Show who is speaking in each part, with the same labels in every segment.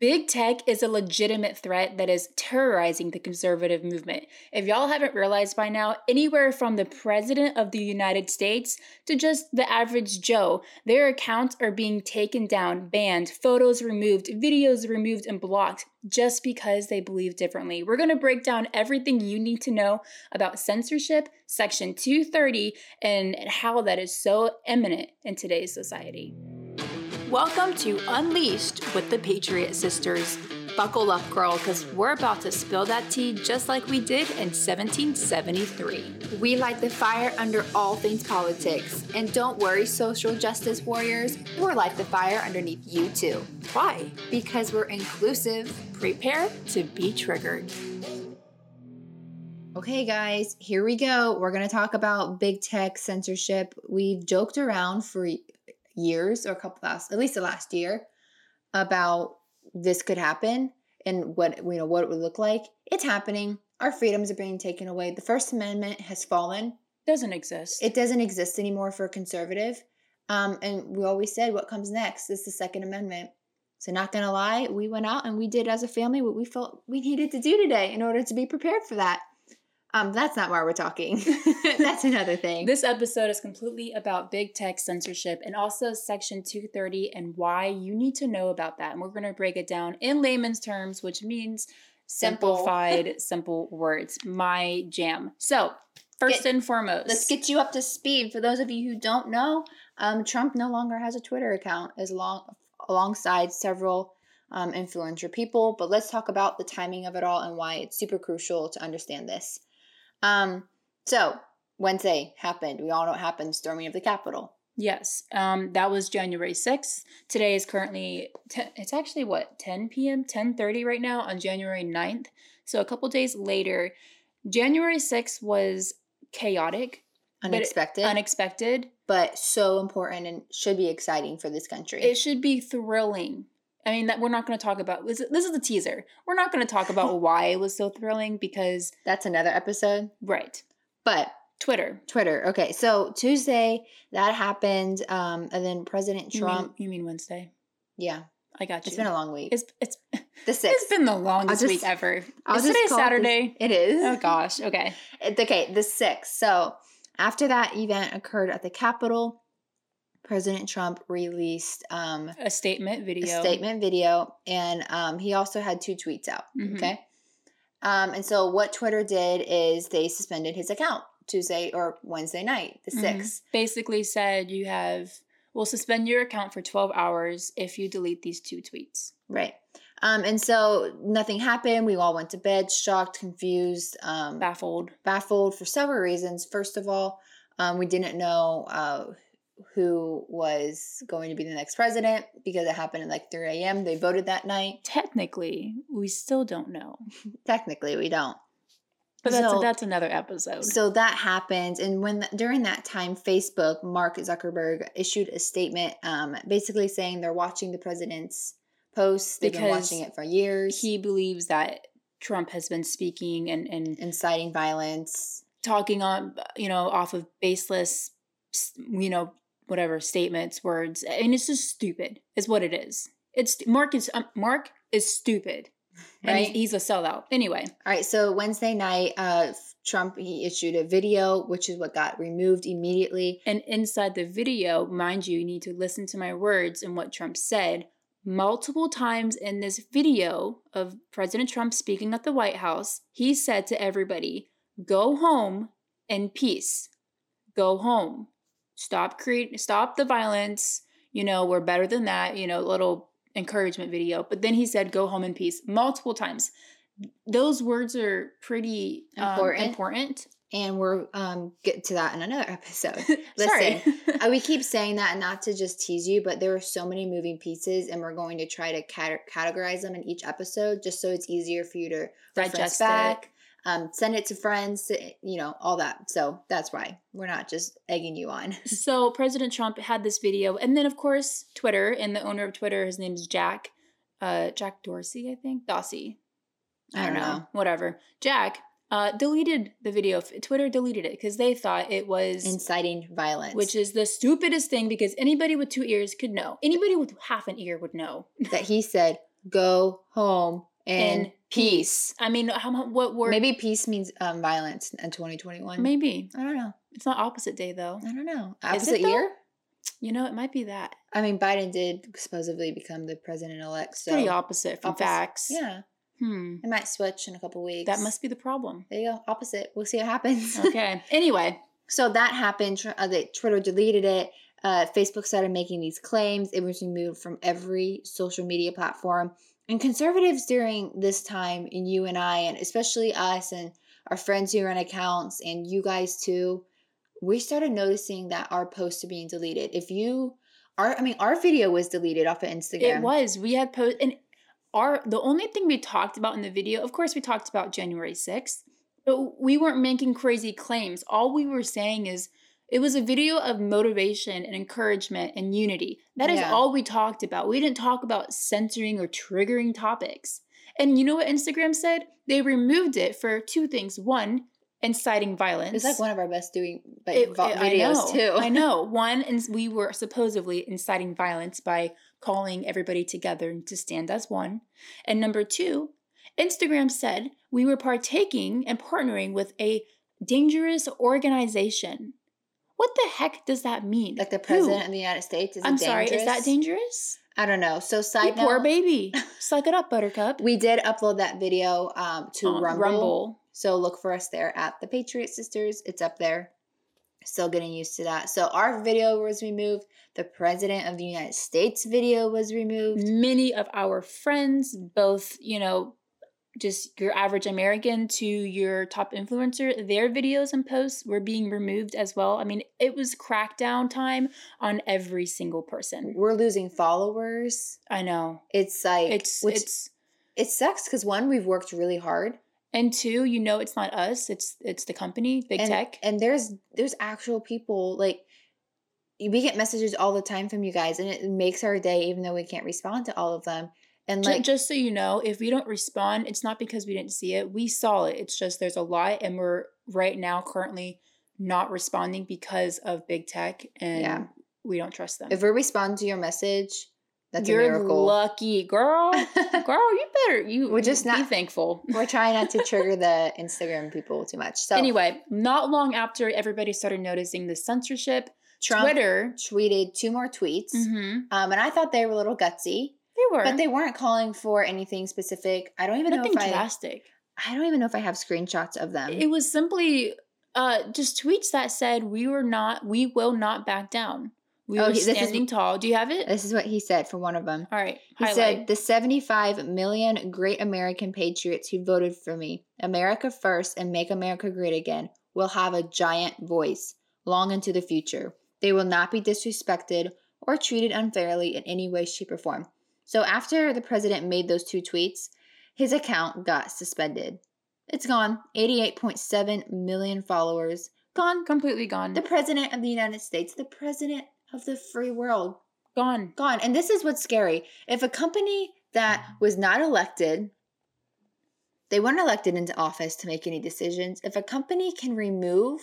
Speaker 1: Big tech is a legitimate threat that is terrorizing the conservative movement. If y'all haven't realized by now, anywhere from the President of the United States to just the average Joe, their accounts are being taken down, banned, photos removed, videos removed, and blocked just because they believe differently. We're going to break down everything you need to know about censorship, Section 230, and how that is so eminent in today's society.
Speaker 2: Welcome to Unleashed with the Patriot Sisters. Buckle up, girl, because we're about to spill that tea just like we did in 1773.
Speaker 3: We light the fire under all things politics. And don't worry, social justice warriors, we're light the fire underneath you too.
Speaker 2: Why?
Speaker 3: Because we're inclusive.
Speaker 2: Prepare to be triggered.
Speaker 3: Okay, guys, here we go. We're going to talk about big tech censorship. We've joked around for years or a couple last at least the last year about this could happen and what you know what it would look like it's happening our freedoms are being taken away the first amendment has fallen
Speaker 1: Doesn't exist.
Speaker 3: it doesn't exist anymore for a conservative um, and we always said what comes next is the second amendment so not gonna lie we went out and we did as a family what we felt we needed to do today in order to be prepared for that um, that's not why we're talking that's another thing
Speaker 1: This episode is completely about big tech censorship and also Section 230 and why you need to know about that. And we're going to break it down in layman's terms, which means
Speaker 3: Simple.
Speaker 1: simplified, simple words. My jam. So, first
Speaker 3: Get-
Speaker 1: and foremost,
Speaker 3: Let's get you up to speed. For those of you who don't know, um, Trump no longer has a Twitter account, as long alongside several um, influencer people. But let's talk about the timing of it all and why it's super crucial to understand this. Um, so Wednesday happened. We all know what happened: storming of the Capitol.
Speaker 1: yes, um, that was January 6th. Today is currently, te- it's actually what, 10 p.m., 10.30 right now on January 9th. So, a couple days later, January 6th was chaotic, But it-
Speaker 3: Unexpected, but,
Speaker 1: unexpected,
Speaker 3: so important and should be exciting for this country.
Speaker 1: It should be thrilling. I mean, that we're not going to talk about. This, this is the teaser. We're not going to talk about why it was so thrilling because,
Speaker 3: That's another episode,
Speaker 1: right,
Speaker 3: but
Speaker 1: Twitter.
Speaker 3: Twitter. Okay, so Tuesday that happened, um, and then President
Speaker 1: You mean-
Speaker 3: Trump.
Speaker 1: You mean, Wednesday?
Speaker 3: Yeah,
Speaker 1: I got you.
Speaker 3: It's been a long week.
Speaker 1: It's it's
Speaker 3: the 6th
Speaker 1: it's been the longest
Speaker 3: just-
Speaker 1: week ever.
Speaker 3: I'll
Speaker 1: Is
Speaker 3: just
Speaker 1: today
Speaker 3: call it the-
Speaker 1: Saturday?
Speaker 3: it is.
Speaker 1: Oh gosh. Okay.
Speaker 3: It's okay, the sixth. So after that event occurred at the Capitol, President Trump released um,
Speaker 1: A statement
Speaker 3: a
Speaker 1: video.
Speaker 3: statement video, and um, he also had two tweets out.
Speaker 1: Mhm.
Speaker 3: Okay, um, and so what Twitter did is they suspended his account Tuesday or Wednesday night, the
Speaker 1: Mhm.
Speaker 3: 6th
Speaker 1: Basically said you have will suspend your account for 12 hours if you delete these two tweets.
Speaker 3: right? Um, and so nothing happened. We all went to bed, shocked, confused, um,
Speaker 1: Baffled.
Speaker 3: baffled for several reasons. First of all, um, we didn't know uh, who was going to be the next president because it happened at like 3 a.m. They voted that night.
Speaker 1: Technically, we still don't know.
Speaker 3: Technically, we don't.
Speaker 1: But that's
Speaker 3: So-
Speaker 1: that's another episode.
Speaker 3: So that happened, and when during that time, Facebook Mark Zuckerberg issued a statement, um, basically saying they're watching the president's posts. They've been
Speaker 1: Because
Speaker 3: watching it for years,
Speaker 1: he believes that Trump has been speaking and, and
Speaker 3: inciting violence.
Speaker 1: talking on, you know, off of baseless, s- you know, whatever statements, words, and it's just stupid. Is what it is. It's Mark is um, Mark is stupid, and
Speaker 3: Right?
Speaker 1: he's, he's a sellout. Anyway,
Speaker 3: All right, so Wednesday night, uh, Trump he issued a video, which is what got removed immediately.
Speaker 1: and inside the video, mind you, you need to listen to my words and what Trump said. Multiple times in this video of President Trump speaking at the White House, he said to everybody, "Go home in peace. Go home. Stop create. Stop the violence. You know we're better than that. You know little encouragement video. But then he said, "Go home in peace." Multiple times. Those words are pretty um,
Speaker 3: Important.
Speaker 1: important.
Speaker 3: and we're um get to that in another episode.
Speaker 1: Sorry.
Speaker 3: Uh, we keep saying that not to just tease you, but there are so many moving pieces, and we're going to try to cate- categorize them in each episode just so it's easier for you to reference
Speaker 1: Digest it.
Speaker 3: back. Um, send it to friends, to, you know, all that. So that's why we're not just egging you on.
Speaker 1: So President Trump had this video, and then of course Twitter and the owner of Twitter, his name is Jack, uh, Jack Dorsey, I think, Dossey.
Speaker 3: I don't know.
Speaker 1: whatever. Jack uh, deleted the video. F- Twitter deleted it because they thought it was,
Speaker 3: Inciting violence,
Speaker 1: which is the stupidest thing because anybody with two ears could know. Anybody with half an ear would know.
Speaker 3: that he said, go home in,
Speaker 1: In
Speaker 3: peace.
Speaker 1: I mean, how, mu- what word?
Speaker 3: Maybe peace means um, violence in 2021.
Speaker 1: Maybe.
Speaker 3: I don't know.
Speaker 1: It's not opposite day, though.
Speaker 3: I don't know.
Speaker 1: Is it
Speaker 3: Opposite
Speaker 1: though?
Speaker 3: year?
Speaker 1: You know, it might be that.
Speaker 3: I mean, Biden did supposedly become the president elect.
Speaker 1: It's
Speaker 3: So
Speaker 1: pretty opposite from
Speaker 3: Opposite-
Speaker 1: facts.
Speaker 3: Yeah,
Speaker 1: Hmm.
Speaker 3: it might switch in a couple weeks.
Speaker 1: That must be the problem.
Speaker 3: There you go. Opposite. We'll see what happens.
Speaker 1: Okay. anyway,
Speaker 3: So that happened. Tr- Uh, that Twitter deleted it. Uh, Facebook started making these claims. It was removed from every social media platform. And conservatives during this time, and you and I, and especially us and our friends who run accounts, and you guys too, we started noticing that our posts are being deleted. If you, our, I mean, our video was deleted off of Instagram.
Speaker 1: it was. We had post and our the only thing we talked about in the video, of course, we talked about January 6th, but we weren't making crazy claims. All we were saying is it was a video of motivation and encouragement and unity. That is
Speaker 3: Yeah.
Speaker 1: all we talked about. We didn't talk about censoring or triggering topics. And you know what Instagram said? They removed it for two things. One, inciting violence.
Speaker 3: It's like one of our best doing like,
Speaker 1: It-
Speaker 3: vo-
Speaker 1: it-
Speaker 3: videos
Speaker 1: I know,
Speaker 3: too.
Speaker 1: I know. One, and we were supposedly inciting violence by calling everybody together to stand as one. And number two, Instagram said we were partaking and partnering with a dangerous organization. What the heck does that mean?
Speaker 3: Like the
Speaker 1: Who?
Speaker 3: president of the United States is.
Speaker 1: I'm
Speaker 3: it
Speaker 1: sorry, is that
Speaker 3: dangerous?
Speaker 1: dangerous?
Speaker 3: I don't know. So side
Speaker 1: You
Speaker 3: note,
Speaker 1: poor baby. Suck it up, Buttercup.
Speaker 3: we did upload that video um, to
Speaker 1: Um,
Speaker 3: Rumble. So look for us there at the Patriot Sisters. It's up there. Still getting used to that. So our video was removed. The president of the United States video was removed.
Speaker 1: many of our friends, both, you know, just your average American to your top influencer, their videos and posts were being removed as well. I mean, it was crackdown time on every single person.
Speaker 3: We're losing followers.
Speaker 1: I know.
Speaker 3: It's like
Speaker 1: It's
Speaker 3: which
Speaker 1: it's
Speaker 3: it sucks because one, we've worked really hard.
Speaker 1: and two, you know it's not us, it's it's the company, big
Speaker 3: and,
Speaker 1: tech.
Speaker 3: And there's there's actual people like we get messages all the time from you guys, and it makes our day, even though we can't respond to all of them. And
Speaker 1: Ju-
Speaker 3: like,
Speaker 1: just so you know, if we don't respond, it's not because we didn't see it. We saw it. It's just there's a lot, and we're right now currently not responding because of big tech, and
Speaker 3: Yeah.
Speaker 1: we don't trust them.
Speaker 3: if we respond to your message, that's
Speaker 1: You're
Speaker 3: a miracle.
Speaker 1: lucky, girl. girl, you better you.
Speaker 3: We're just
Speaker 1: be
Speaker 3: not-
Speaker 1: thankful.
Speaker 3: We're trying not to trigger the Instagram people too much. So
Speaker 1: anyway, not long after everybody started noticing the censorship,
Speaker 3: Trump
Speaker 1: Twitter.
Speaker 3: tweeted two more tweets,
Speaker 1: Mm-hmm,
Speaker 3: um, and I thought they were a little gutsy,
Speaker 1: they were,
Speaker 3: but they weren't calling for anything specific. I don't even
Speaker 1: nothing
Speaker 3: know if I.
Speaker 1: drastic.
Speaker 3: I don't even know if I have screenshots of them.
Speaker 1: It was simply uh, just tweets that said, "We were not. We will not back down. We
Speaker 3: Oh,
Speaker 1: are
Speaker 3: he- this is-
Speaker 1: standing tall." Do you have it?
Speaker 3: this is what he said for one of them.
Speaker 1: All right.
Speaker 3: He
Speaker 1: highlight.
Speaker 3: said, The 75 million great American patriots who voted for me, America first and make America great again, will have a giant voice long into the future. They will not be disrespected or treated unfairly in any way, shape, or form. So after the president made those two tweets, his account got suspended. It's gone. 88.7 million followers. Gone.
Speaker 1: completely gone.
Speaker 3: The president of the United States, the president of the free world,
Speaker 1: gone.
Speaker 3: gone. And this is what's scary. If a company that was not elected, they weren't elected into office to make any decisions. If a company can remove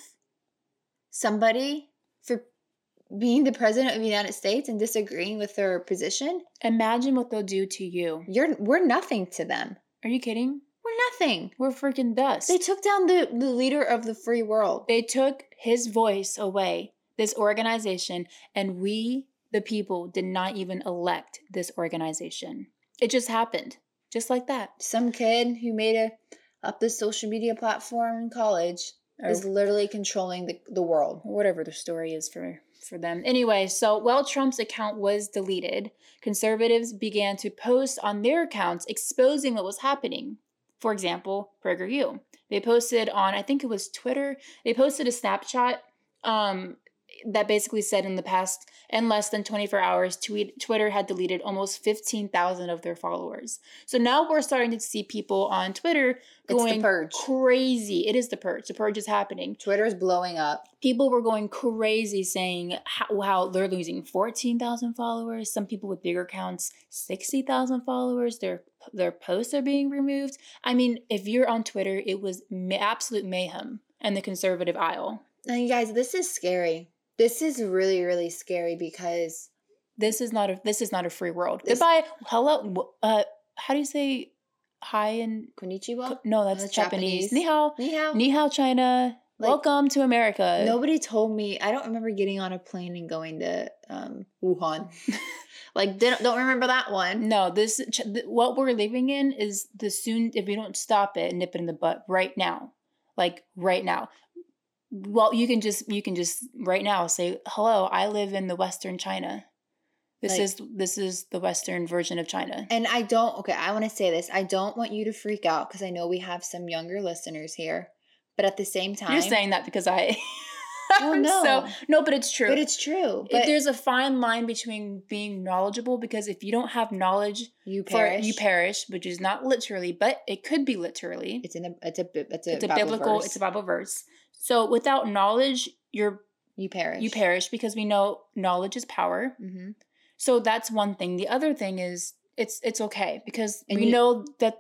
Speaker 3: somebody for being the president of the United States and disagreeing with their position,
Speaker 1: Imagine what they'll do to you.
Speaker 3: you're we're nothing to them.
Speaker 1: Are you kidding?
Speaker 3: We're nothing.
Speaker 1: We're freaking dust.
Speaker 3: They took down the, the leader of the free world.
Speaker 1: They took his voice away, this organization, and we, the people, did not even elect this organization. It just happened, just like that.
Speaker 3: Some kid who made a up this social media platform in college is
Speaker 1: Or
Speaker 3: literally controlling the, the world.
Speaker 1: whatever the story is for, for them. Anyway, so while Trump's account was deleted, conservatives began to post on their accounts exposing what was happening. For example, PragerU. They posted on, I think it was Twitter, they posted a snapshot um, that basically said in the past in less than 24 hours tweet, twitter had deleted almost 15000 of their followers so now we're starting to see people on twitter
Speaker 3: It's the
Speaker 1: going
Speaker 3: purge.
Speaker 1: crazy it is the purge the purge is happening
Speaker 3: Twitter's blowing up.
Speaker 1: people were going crazy saying how, how they're losing 14,000 followers. Some people with bigger accounts, 60,000 followers. Their their posts are being removed. I mean, if you're on Twitter, it was ma- absolute mayhem and the conservative aisle.
Speaker 3: Now, you guys, this is scary. This is really, really scary because
Speaker 1: This is not a this is not a free world.
Speaker 3: This-
Speaker 1: Goodbye. Hello. w- Uh, how do you say hi in
Speaker 3: Konnichiwa.
Speaker 1: no that's,
Speaker 3: that's
Speaker 1: Japanese.
Speaker 3: Japanese.
Speaker 1: Ni hao.
Speaker 3: Ni hao.
Speaker 1: Ni hao China.
Speaker 3: Like-
Speaker 1: Welcome to America.
Speaker 3: Nobody told me. I don't remember getting on a plane and going to um, Wuhan. like, didn't, don't remember that one.
Speaker 1: No, this ch- th- what we're living in is the soon. If we don't stop it, nip it in the butt right now, like right now. Well, you can just you can just right now say hello. I live in the Western China. This
Speaker 3: Like-
Speaker 1: is this is the Western version of China.
Speaker 3: And I don't, okay, I want to say this. I don't want you to freak out because I know we have some younger listeners here. But at the same time,
Speaker 1: You're saying that because I.
Speaker 3: Well, no.
Speaker 1: So no, but it's true.
Speaker 3: but it's true.
Speaker 1: It-
Speaker 3: But
Speaker 1: there's a fine line between being knowledgeable because if you don't have knowledge,
Speaker 3: you
Speaker 1: for
Speaker 3: perish.
Speaker 1: you perish, which is not literally, but it could be literally.
Speaker 3: It's, in a, it's a, bi- it's a,
Speaker 1: it's a
Speaker 3: Bible
Speaker 1: biblical
Speaker 3: verse.
Speaker 1: it's a bible verse so without knowledge you're
Speaker 3: you perish.
Speaker 1: you perish because we know knowledge is power
Speaker 3: Mm-hmm.
Speaker 1: so that's one thing the other thing is it's it's okay because
Speaker 3: And
Speaker 1: we
Speaker 3: you-
Speaker 1: know that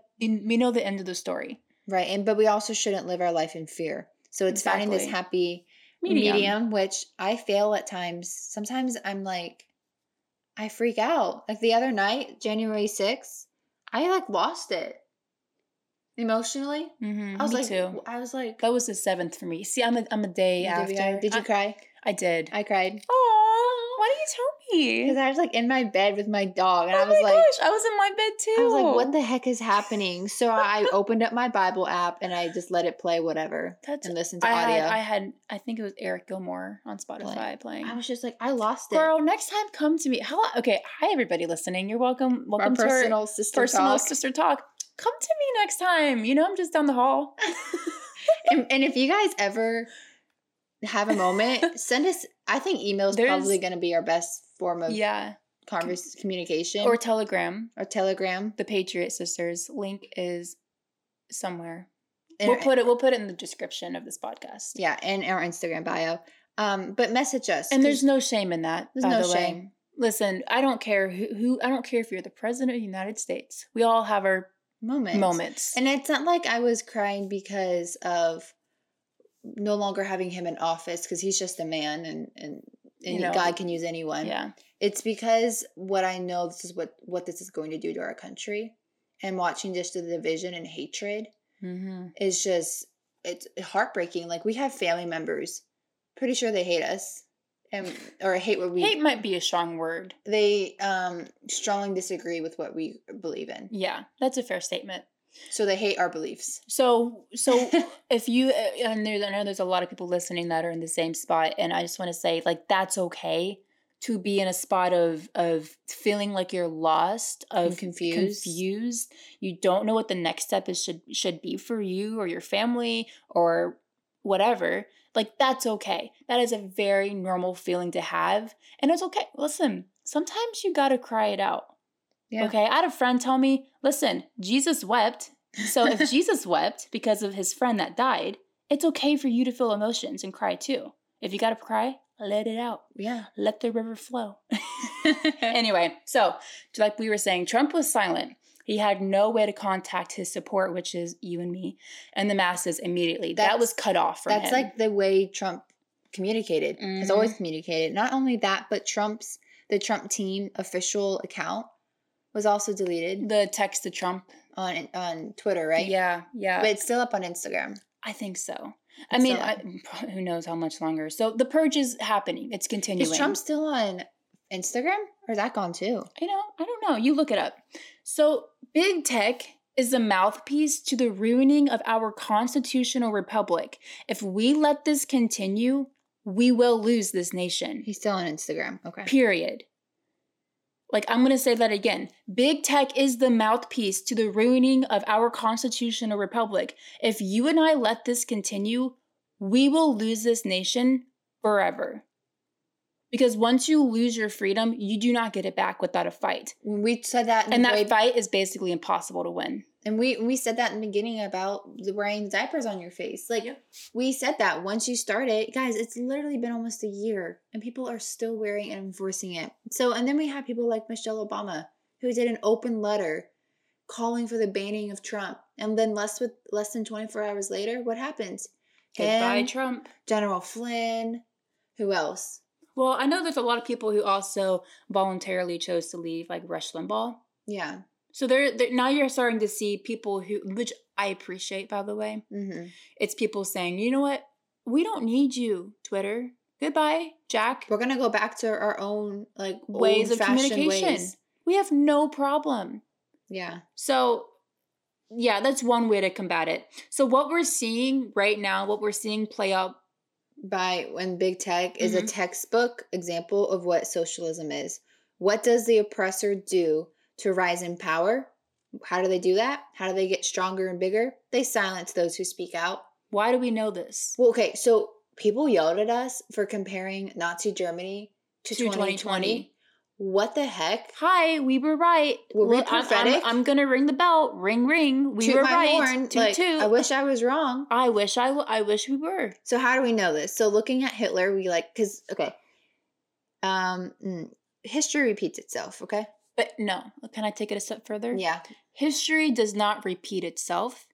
Speaker 1: we know the end of the story
Speaker 3: Right. And, but we also shouldn't live our life in fear. So it's finding this
Speaker 1: Exactly.
Speaker 3: happy medium. which I fail at times. Sometimes I'm like, I freak out. Like the other night, January 6th, I like lost it emotionally.
Speaker 1: hmm
Speaker 3: I was
Speaker 1: me
Speaker 3: like,
Speaker 1: too
Speaker 3: I was like,
Speaker 1: that was the seventh for me see i'm a, I'm a day
Speaker 3: did,
Speaker 1: after Uh,
Speaker 3: we- did you
Speaker 1: I,
Speaker 3: cry?
Speaker 1: I did
Speaker 3: I cried
Speaker 1: oh why do you tell
Speaker 3: because
Speaker 1: me
Speaker 3: I was like in my bed with my dog, and I
Speaker 1: oh
Speaker 3: was
Speaker 1: my
Speaker 3: like.
Speaker 1: gosh i was in my bed too
Speaker 3: I was like, what the heck is happening? So I opened up my Bible app and I just let it play whatever
Speaker 1: That's-
Speaker 3: and listen to
Speaker 1: I had,
Speaker 3: audio.
Speaker 1: I had i think it was eric gilmore on spotify playing
Speaker 3: I was just like, I lost it.
Speaker 1: Girl, next time come to me. Hello, okay. Hi, everybody listening. You're welcome.
Speaker 3: Our
Speaker 1: Welcome to our
Speaker 3: personal sister
Speaker 1: personal
Speaker 3: talk.
Speaker 1: sister talk. Come to me next time. You know, I'm just down the hall.
Speaker 3: and, and if you guys ever have a moment, send us. I think email is
Speaker 1: There's-
Speaker 3: probably going to be our best form of
Speaker 1: yeah,
Speaker 3: converse, communication
Speaker 1: or
Speaker 3: or,
Speaker 1: Telegram.
Speaker 3: Telegram.
Speaker 1: The Patriot Sisters link is somewhere.
Speaker 3: And
Speaker 1: we'll
Speaker 3: our-
Speaker 1: put it. We'll put it in the description of this podcast.
Speaker 3: yeah, and our Instagram bio. Um, but message us.
Speaker 1: and there's
Speaker 3: 'cause-
Speaker 1: no shame in that.
Speaker 3: There's
Speaker 1: by
Speaker 3: no
Speaker 1: the way.
Speaker 3: shame.
Speaker 1: Listen, I don't care who, who. I don't care if you're the president of the United States. We all have our
Speaker 3: moments.
Speaker 1: moments.
Speaker 3: And it's not like I was crying because of no longer having him in office because he's just a man and and. And
Speaker 1: You know.
Speaker 3: God can use anyone.
Speaker 1: yeah,
Speaker 3: It's because what I know this is what what this is going to do to our country, and watching just the division and hatred
Speaker 1: hmm
Speaker 3: is just it's heartbreaking. Like we have family members, pretty sure they hate us, and or hate what we
Speaker 1: hate might be a strong word.
Speaker 3: they um strongly disagree with what we believe in.
Speaker 1: Yeah, that's a fair statement.
Speaker 3: So they hate our beliefs.
Speaker 1: So, so if you uh, and there's, I know there's a lot of people listening that are in the same spot, and I just want to say, like, that's okay to be in a spot of of feeling like you're lost, of
Speaker 3: And confused.
Speaker 1: confused. You don't know what the next step is should should be for you or your family or whatever. Like, that's okay. That is a very normal feeling to have, and it's okay. Listen, sometimes you gotta cry it out.
Speaker 3: Yeah.
Speaker 1: Okay. I had a friend tell me, listen, Jesus wept. So if Jesus wept because of his friend that died, it's okay for you to feel emotions and cry too. If you got to cry, let it out.
Speaker 3: Yeah.
Speaker 1: Let the river flow. anyway, so like we were saying, Trump was silent. He had no way to contact his support, which is you and me, and the masses immediately. that
Speaker 3: That's-
Speaker 1: was cut off from
Speaker 3: That's
Speaker 1: him.
Speaker 3: like the way Trump communicated. Has
Speaker 1: Mhm.
Speaker 3: always communicated. Not only that, but Trump's the Trump team official account was also deleted
Speaker 1: the text to Trump.
Speaker 3: on on Twitter, right?
Speaker 1: Yeah. Yeah.
Speaker 3: But it's still up on Instagram.
Speaker 1: I think so. I mean,
Speaker 3: So-
Speaker 1: I, who knows how much longer. So the purge is happening. It's continuing.
Speaker 3: Is Trump still on Instagram? Or is that gone too?
Speaker 1: I know, I don't know. You look it up. So, big tech is the mouthpiece to the ruining of our constitutional republic. If we let this continue, we will lose this nation.
Speaker 3: He's still on Instagram. Okay.
Speaker 1: Period. Like, I'm going to say that again. Big tech is the mouthpiece to the ruining of our constitutional republic. If you and I let this continue, we will lose this nation forever. Because once you lose your freedom, you do not get it back without a fight.
Speaker 3: We said that, in
Speaker 1: And
Speaker 3: the way,
Speaker 1: that fight is basically impossible to win.
Speaker 3: and we we said that in the beginning about the wearing diapers on your face. Like
Speaker 1: Yeah.
Speaker 3: we said that once you start it, guys, it's literally been almost a year, and people are still wearing and enforcing it. So, and then we have people like Michelle Obama who did an open letter calling for the banning of Trump, and then less with less than twenty four hours later, what happens?
Speaker 1: Goodbye,
Speaker 3: Him,
Speaker 1: Trump.
Speaker 3: General Flynn, who else?
Speaker 1: Well, I know there's a lot of people who also voluntarily chose to leave, like Rush Limbaugh.
Speaker 3: Yeah,
Speaker 1: So there, there now you're starting to see people who, which I appreciate by the way,
Speaker 3: Mm-hmm.
Speaker 1: it's people saying, you know what, we don't need you, Twitter. Goodbye, Jack.
Speaker 3: We're gonna go back to our own like
Speaker 1: Ways of
Speaker 3: old-fashioned
Speaker 1: communication.
Speaker 3: ways.
Speaker 1: We have no problem.
Speaker 3: Yeah.
Speaker 1: So, yeah, that's one way to combat it. So, what we're seeing right now, what we're seeing play out,
Speaker 3: by when big tech is
Speaker 1: Mm-hmm.
Speaker 3: a textbook example of what socialism is. What does the oppressor do to rise in power? How do they do that? How do they get stronger and bigger? They silence those who speak out.
Speaker 1: why do we know this?
Speaker 3: Well, okay, so people yelled at us for comparing Nazi Germany to, 2020. What the heck?
Speaker 1: Hi, we were right.
Speaker 3: Were we
Speaker 1: Look, I'm- I'm-
Speaker 3: prophetic?
Speaker 1: I'm, gonna ring the bell. Ring, ring. We
Speaker 3: Toot
Speaker 1: were
Speaker 3: my
Speaker 1: right.
Speaker 3: horn,
Speaker 1: toot,
Speaker 3: like,
Speaker 1: toot.
Speaker 3: I wish I was wrong.
Speaker 1: I wish I, w- I wish we were.
Speaker 3: So how do we know this? So looking at Hitler, we like because okay, um, mm, history repeats itself. Okay,
Speaker 1: But no, can I take it a step further?
Speaker 3: yeah,
Speaker 1: History does not repeat itself.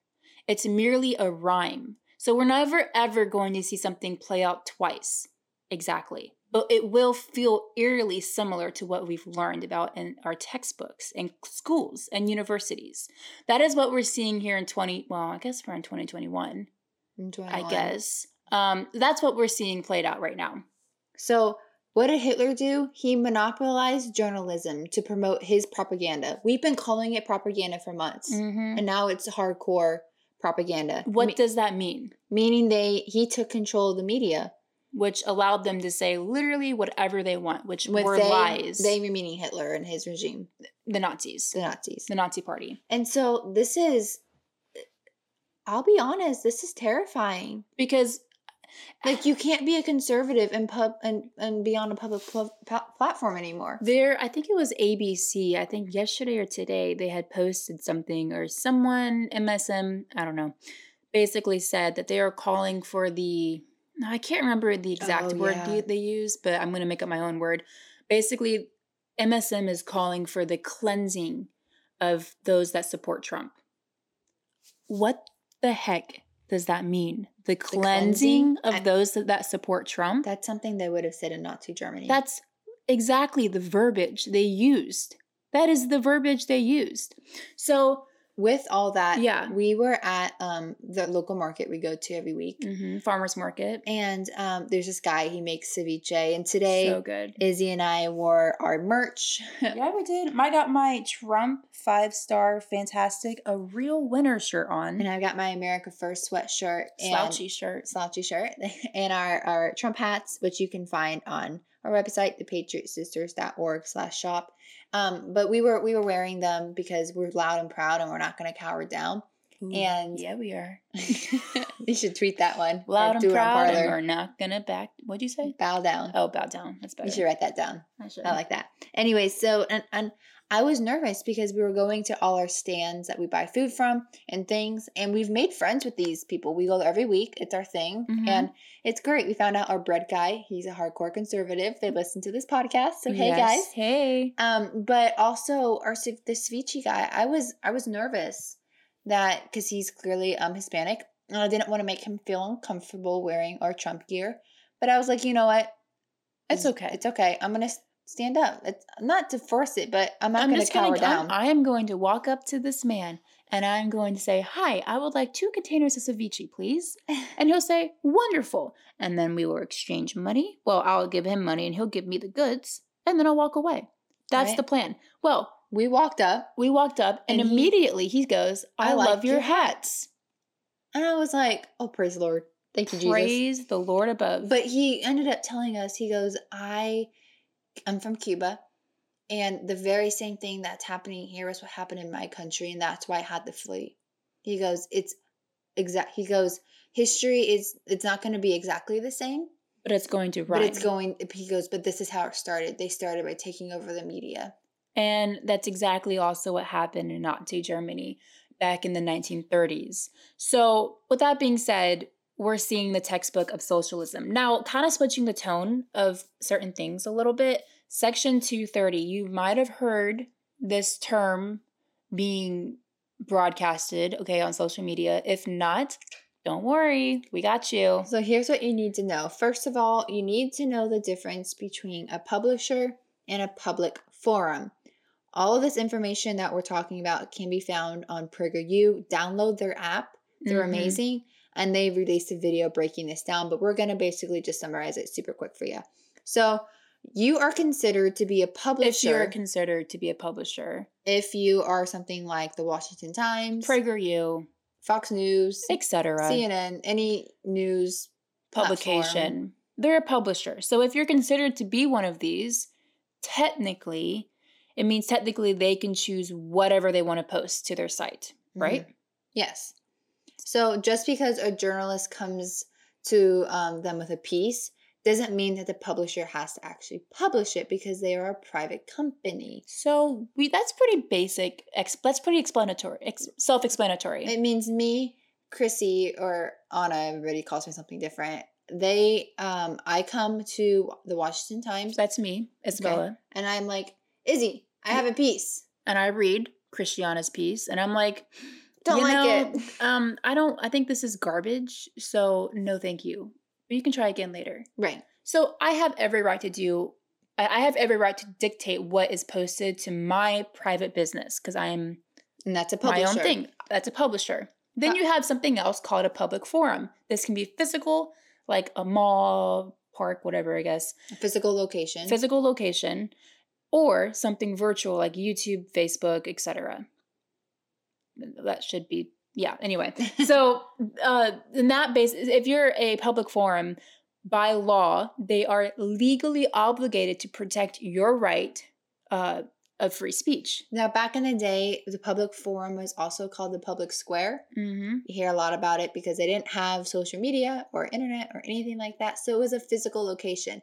Speaker 1: It's merely a rhyme. So we're never ever going to see something play out twice. Exactly. But it will feel eerily similar to what we've learned about in our textbooks and schools and universities. That is what we're seeing here in 20 well, I guess we're in 2021,
Speaker 3: I'm joining
Speaker 1: I
Speaker 3: on.
Speaker 1: guess. Um, that's what we're seeing played out right now.
Speaker 3: So, what did Hitler do? He monopolized journalism to promote his propaganda. We've been calling it propaganda for months,
Speaker 1: Mhm.
Speaker 3: and now it's hardcore propaganda.
Speaker 1: What
Speaker 3: Mm-hmm. Me-
Speaker 1: does that mean?
Speaker 3: meaning they he took control of the media
Speaker 1: Which allowed them to say literally whatever they want, which
Speaker 3: with
Speaker 1: were
Speaker 3: they,
Speaker 1: lies.
Speaker 3: They meaning Hitler and his regime,
Speaker 1: the Nazis.
Speaker 3: the Nazis.
Speaker 1: the Nazi Party.
Speaker 3: And so this is I'll be honest, this is terrifying.
Speaker 1: Because
Speaker 3: Like you can't be a conservative and pub and, and be on a public pl- pl- platform anymore.
Speaker 1: there, I think it was ABC, I think yesterday or today, they had posted something or someone, MSM, I don't know, basically said that they are calling for the, no, I can't remember the exact
Speaker 3: Oh,
Speaker 1: word
Speaker 3: yeah.
Speaker 1: they, they use, but I'm going to make up my own word. Basically, MSM is calling for the cleansing of those that support Trump. What the heck does that mean? The cleansing,
Speaker 3: cleansing?
Speaker 1: of
Speaker 3: I-
Speaker 1: those that, that support Trump?
Speaker 3: That's something they would have said in Nazi Germany.
Speaker 1: That's exactly the verbiage they used. That is the verbiage they used. So,
Speaker 3: with all that,
Speaker 1: Yeah.
Speaker 3: we were at um the local market we go to every week,
Speaker 1: Mm-hmm, farmers market.
Speaker 3: and um there's this guy he makes ceviche, and today
Speaker 1: so good.
Speaker 3: Izzy and I wore our merch.
Speaker 1: Yeah, we did. I got my Trump five star fantastic, a real winner shirt
Speaker 3: And
Speaker 1: on.
Speaker 3: I got my America First sweatshirt and
Speaker 1: Slouchy shirt.
Speaker 3: slouchy shirt and our, our Trump hats, which you can find on our website, thepatriotsisters.org slash shop. Um, but we were we were wearing them because we're loud and proud and we're not gonna cower down. and-
Speaker 1: Mm, yeah, we are.
Speaker 3: you should tweet that one. or
Speaker 1: Loud
Speaker 3: do
Speaker 1: and
Speaker 3: it on
Speaker 1: proud, and
Speaker 3: Parler.
Speaker 1: we're not gonna back. What'd you say?
Speaker 3: Bow down.
Speaker 1: Oh, bow down. That's better.
Speaker 3: you should write that down.
Speaker 1: I should.
Speaker 3: I like that. Anyway, so and and I was nervous because we were going to all our stands that we buy food from and things, and we've made friends with these people. We go every week; it's our thing,
Speaker 1: Mhm.
Speaker 3: and it's great. We found out our bread guy; he's a hardcore conservative. They listen to this podcast, so hey
Speaker 1: Yes.
Speaker 3: guys.
Speaker 1: Hey.
Speaker 3: Um, but also our ce- the ceviche guy. I was I was nervous that because he's clearly um Hispanic, and I didn't want to make him feel uncomfortable wearing our Trump gear. But I was like, you know what?
Speaker 1: It's okay.
Speaker 3: It's okay. I'm gonna s- stand up. It's not to force it, but I'm not
Speaker 1: I'm,
Speaker 3: gonna
Speaker 1: just
Speaker 3: cower
Speaker 1: going to.
Speaker 3: down.
Speaker 1: I am going to walk up to this man and I'm going to say, "Hi, I would like two containers of ceviche, please." And he'll say, "Wonderful." And then we will exchange money. Well, I'll give him money and he'll give me the goods, and then I'll walk away. That's
Speaker 3: Right.
Speaker 1: the plan. Well,
Speaker 3: we walked up,
Speaker 1: we walked up and,
Speaker 3: And he-
Speaker 1: immediately he goes, "I,
Speaker 3: "I like
Speaker 1: love your
Speaker 3: your
Speaker 1: hats."
Speaker 3: and I was like, oh praise the Lord, thank you Jesus.
Speaker 1: Praise the Lord above.
Speaker 3: But he ended up telling us, he goes, I I'm from Cuba. And the very same thing that's happening here is what happened in my country, and that's why I had to flee. He goes, it's exact. He goes, history is it's not going to be exactly the same,
Speaker 1: but it's going to rhyme.
Speaker 3: but it's going. He goes, but this is how it started. They started by taking over the media.
Speaker 1: And that's exactly also what happened in Nazi Germany back in the 1930s. So, with that being said, we're seeing the textbook of socialism. Now, kind of switching the tone of certain things a little bit, Section 230, you might have heard this term being broadcasted, okay, on social media. If not, don't worry, we got you.
Speaker 3: So here's what you need to know. First of all, you need to know the difference between a publisher and a public forum. All of this information that we're talking about can be found on PragerU. Download their app, they're
Speaker 1: Mhm.
Speaker 3: amazing. And they released a video breaking this down, but we're going to basically just summarize it super quick for you. So, you are considered to be a publisher
Speaker 1: If you're considered to be a publisher,
Speaker 3: if you are something like the Washington Times,
Speaker 1: PragerU,
Speaker 3: Fox News,
Speaker 1: etc.,
Speaker 3: CNN, any news platform.
Speaker 1: publication, they're a publisher. So if you're considered to be one of these, technically, it means technically they can choose whatever they want to post to their site, right?
Speaker 3: Yes. So just because a journalist comes to um, them with a piece doesn't mean that the publisher has to actually publish it because they are a private company.
Speaker 1: So we that's pretty basic. Ex, that's pretty explanatory, ex, self-explanatory.
Speaker 3: It means me, Chrissy, or Anna. Everybody calls me something different. They, um, I come to the Washington Times
Speaker 1: that's me, Isabella,
Speaker 3: and I'm like, Izzy, I have a piece.
Speaker 1: and I read Christiana's piece, and I'm like,
Speaker 3: Don't
Speaker 1: You
Speaker 3: like
Speaker 1: know,
Speaker 3: it.
Speaker 1: um, I don't. I think this is garbage. So no, thank you. But you can try again later.
Speaker 3: Right.
Speaker 1: So I have every right to do. I I have every right to dictate what is posted to my private business because I'm
Speaker 3: And that's a publisher.
Speaker 1: my own thing. That's a publisher. Then
Speaker 3: Uh,
Speaker 1: you have something else called a public forum. This can be physical, like a mall, park, whatever, I guess,
Speaker 3: A physical location.
Speaker 1: physical location, or something virtual like YouTube, Facebook, etc. That should be yeah. Anyway, so uh, in that basis, if you're a public forum, by law, they are legally obligated to protect your right uh, of free speech.
Speaker 3: now, back in the day, the public forum was also called the public square.
Speaker 1: Mm-hmm.
Speaker 3: You hear a lot about it because they didn't have social media or internet or anything like that. So it was a physical location.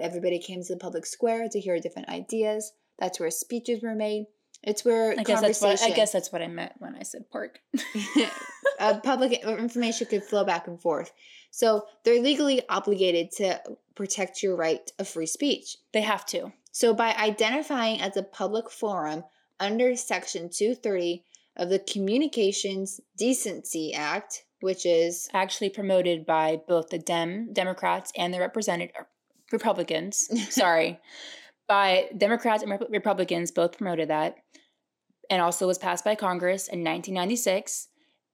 Speaker 3: Everybody came to the public square to hear different ideas. That's where speeches were made. It's where
Speaker 1: I guess that's
Speaker 3: conversation,
Speaker 1: what I guess that's what I meant when I said park.
Speaker 3: uh, public information could flow back and forth. So they're legally obligated to protect your right of free speech.
Speaker 1: they have to.
Speaker 3: So, by identifying as a public forum under Section 230 of the Communications Decency Act, which is
Speaker 1: Actually promoted by both the Dem Democrats and the represented er, Republicans. sorry. By Democrats and Rep- Republicans both promoted that and also was passed by Congress in 1996.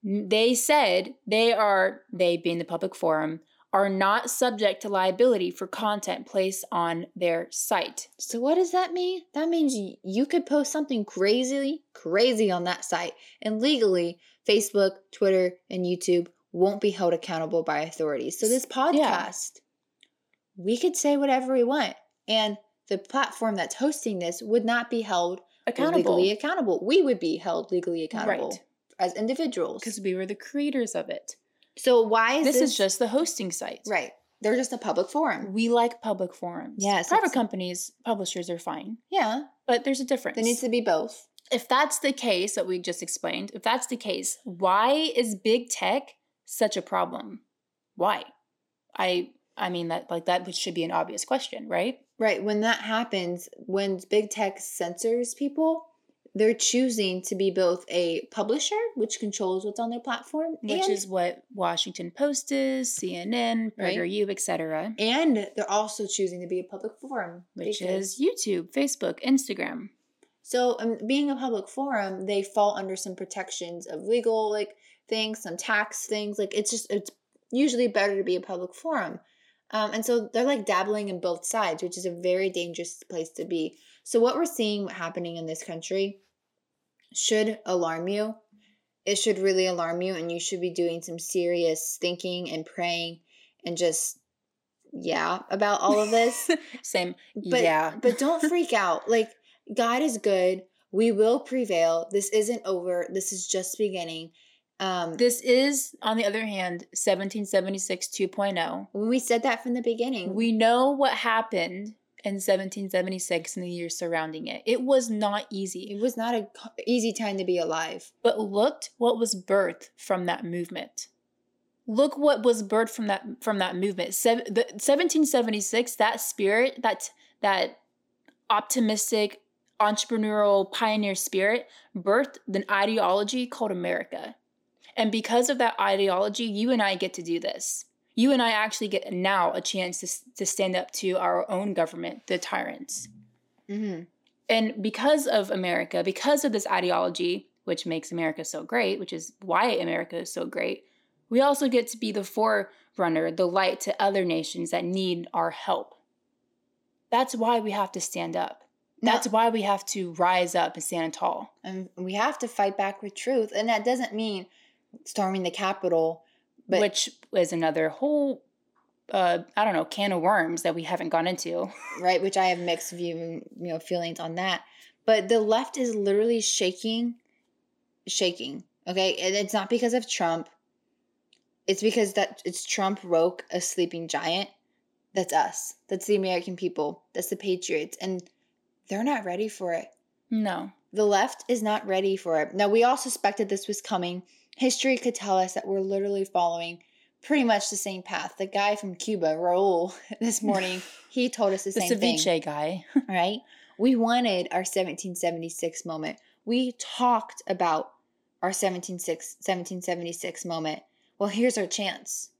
Speaker 1: N- They said they are they being the public forum are not subject to liability for content placed on their site.
Speaker 3: so what does that mean? That means y- you could post something crazy, crazy on that site, and legally, Facebook, Twitter, and YouTube won't be held accountable by authorities. So, this podcast, we could say whatever we want, and the platform that's hosting this would not be held
Speaker 1: Accountable.
Speaker 3: legally accountable. We would be held legally accountable
Speaker 1: Right.
Speaker 3: as individuals.
Speaker 1: Because we were the creators of it.
Speaker 3: So why is
Speaker 1: This,
Speaker 3: this,
Speaker 1: is just the hosting site.
Speaker 3: right? They're just a public forum.
Speaker 1: We like public forums.
Speaker 3: Yes,
Speaker 1: Private
Speaker 3: it's-
Speaker 1: companies, publishers are fine,
Speaker 3: Yeah,
Speaker 1: but there's a difference.
Speaker 3: there needs to be both.
Speaker 1: if that's the case that we just explained, if that's the case, why is big tech such a problem? Why? I I mean that like that should be an obvious question, right?
Speaker 3: Right. When that happens, when big tech censors people, they're choosing to be both a publisher, which controls what's on their platform,
Speaker 1: Which
Speaker 3: and,
Speaker 1: is what Washington Post is, CNN,
Speaker 3: Right.
Speaker 1: PragerU, etc.
Speaker 3: and they're also choosing to be a public forum,
Speaker 1: Which
Speaker 3: because-
Speaker 1: is YouTube, Facebook, Instagram.
Speaker 3: So, um, being a public forum, they fall under some protections of legal like things, some tax things. Like it's just it's usually better to be a public forum, um, and so they're like dabbling in both sides, which is a very dangerous place to be. So, what we're seeing happening in this country should alarm you. It should really alarm you, and you should be doing some serious thinking and praying, and just yeah about all of this
Speaker 1: Same.
Speaker 3: but
Speaker 1: yeah.
Speaker 3: but don't freak out like god is good we will prevail this isn't over this is just beginning um
Speaker 1: This is, on the other hand, 1776 2.0.
Speaker 3: when we said that from the beginning
Speaker 1: We know what happened in 1776 and the years surrounding it. It was not easy,
Speaker 3: it was not a co- easy time to be alive
Speaker 1: but looked what was birthed from that movement. Look what was birthed from that from that movement. Sev- the, 1776, that spirit, that that optimistic entrepreneurial pioneer spirit birthed an ideology called America. And because of that ideology, you and I get to do this. You and I actually get now a chance to, s- to stand up to our own government, the tyrants.
Speaker 3: mm-hmm.
Speaker 1: And because of America, because of this ideology, which makes America so great, which is why America is so great, we also get to be the forerunner, the light to other nations that need our help. That's why we have to stand up.
Speaker 3: Now-
Speaker 1: That's why we have to rise up and stand tall.
Speaker 3: and we have to fight back with truth. And that doesn't mean storming the Capitol, but
Speaker 1: which is another whole uh i don't know can of worms that we haven't gone into
Speaker 3: right, which I have mixed view, you know, feelings on that. But the left is literally shaking, shaking. Okay, and it's not because of Trump. It's because that it's Trump woke a sleeping giant. That's us. That's the American people. That's the patriots, and they're not ready for it.
Speaker 1: no
Speaker 3: The left is not ready for it. Now, we all suspected this was coming. History could tell us that we're literally following pretty much the same path. The guy from Cuba, Raul, this morning, he told us the,
Speaker 1: the
Speaker 3: same
Speaker 1: ceviche
Speaker 3: thing,
Speaker 1: guy
Speaker 3: right? We wanted our 1776 moment. We talked about our 1776 1776 moment. Well, here's our chance.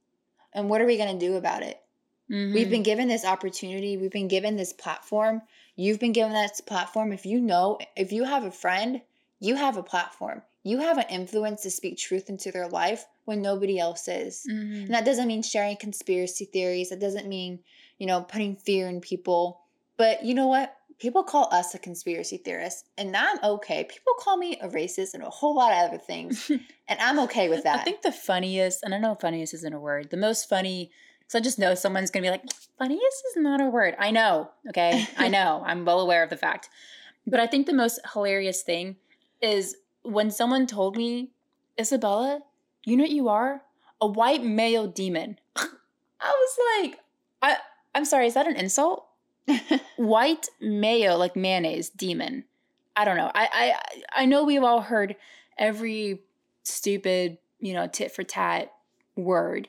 Speaker 3: And what are we going to do about it? We've
Speaker 1: Mhm.
Speaker 3: been given this opportunity. We've been given this platform. You've been given that platform. If you know, if you have a friend, you have a platform. You have an influence to speak truth into their life when nobody else is.
Speaker 1: Mhm.
Speaker 3: And that doesn't mean sharing conspiracy theories. That doesn't mean, you know, putting fear in people. But you know what? People call us a conspiracy theorist, and I'm okay. People call me a racist and a whole lot of other
Speaker 1: Mm-hmm.
Speaker 3: things, and I'm okay with that.
Speaker 1: i think the funniest and i know funniest isn't a word the most funny because i just know someone's gonna be like funniest is not a word i know okay i know i'm well aware of the fact but i think the most hilarious thing is when someone told me isabella you know what you are a white male demon i was like i i'm sorry is that an insult white mayo like mayonnaise demon i don't know i i i know we've all heard every stupid you know tit for tat word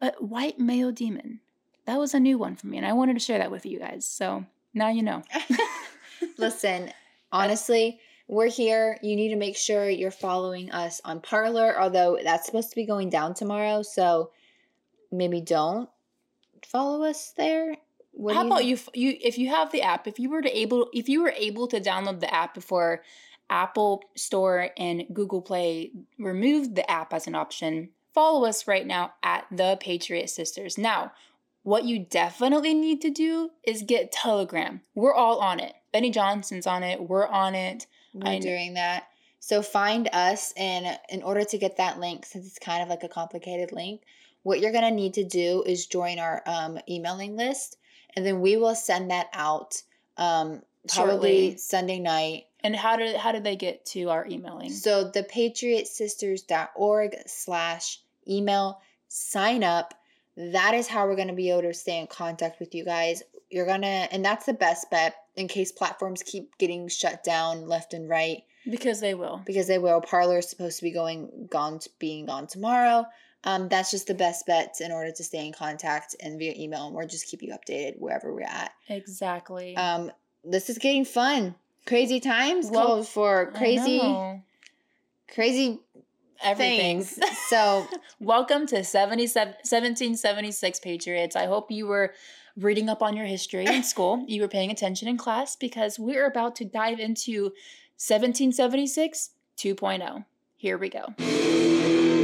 Speaker 1: but white mayo demon that was a new one for me and i wanted to share that with you guys so now you know
Speaker 3: Listen, honestly, we're here. You need to make sure you're following us on Parlor, although that's supposed to be going down tomorrow. So maybe don't follow us there. What
Speaker 1: how
Speaker 3: do
Speaker 1: about you f- you if you have the app if you were to able if you were able to download the app before apple store and google play removed the app as an option follow us right now at the patriot sisters now what you definitely need to do is get telegram we're all on it benny johnson's on it we're on it
Speaker 3: We're
Speaker 1: I kn-
Speaker 3: doing that. So find us, and in order to get that link, since it's kind of like a complicated link, what you're gonna need to do is join our um, emailing list, and then we will send that out um, probably
Speaker 1: Shortly.
Speaker 3: Sunday night.
Speaker 1: and how did how did they get to our emailing
Speaker 3: So the patriotsisters.org slash email sign up. That is how we're gonna be able to stay in contact with you guys. You're gonna and that's the best bet in case platforms keep getting shut down left and right
Speaker 1: because they will
Speaker 3: because they will. Parlor is supposed to be going gone t- being gone tomorrow. Um, that's just the best bet in order to stay in contact and via email and we'll just keep you updated wherever we're at.
Speaker 1: exactly
Speaker 3: Um, this is getting fun. Crazy times
Speaker 1: Well,
Speaker 3: called for
Speaker 1: I
Speaker 3: crazy
Speaker 1: know.
Speaker 3: crazy
Speaker 1: everything
Speaker 3: things. So
Speaker 1: Welcome to 77 1776 Patriots. I hope you were reading up on your history in school. You were paying attention in class because we're about to dive oh. into 1776 2.0. Here we go.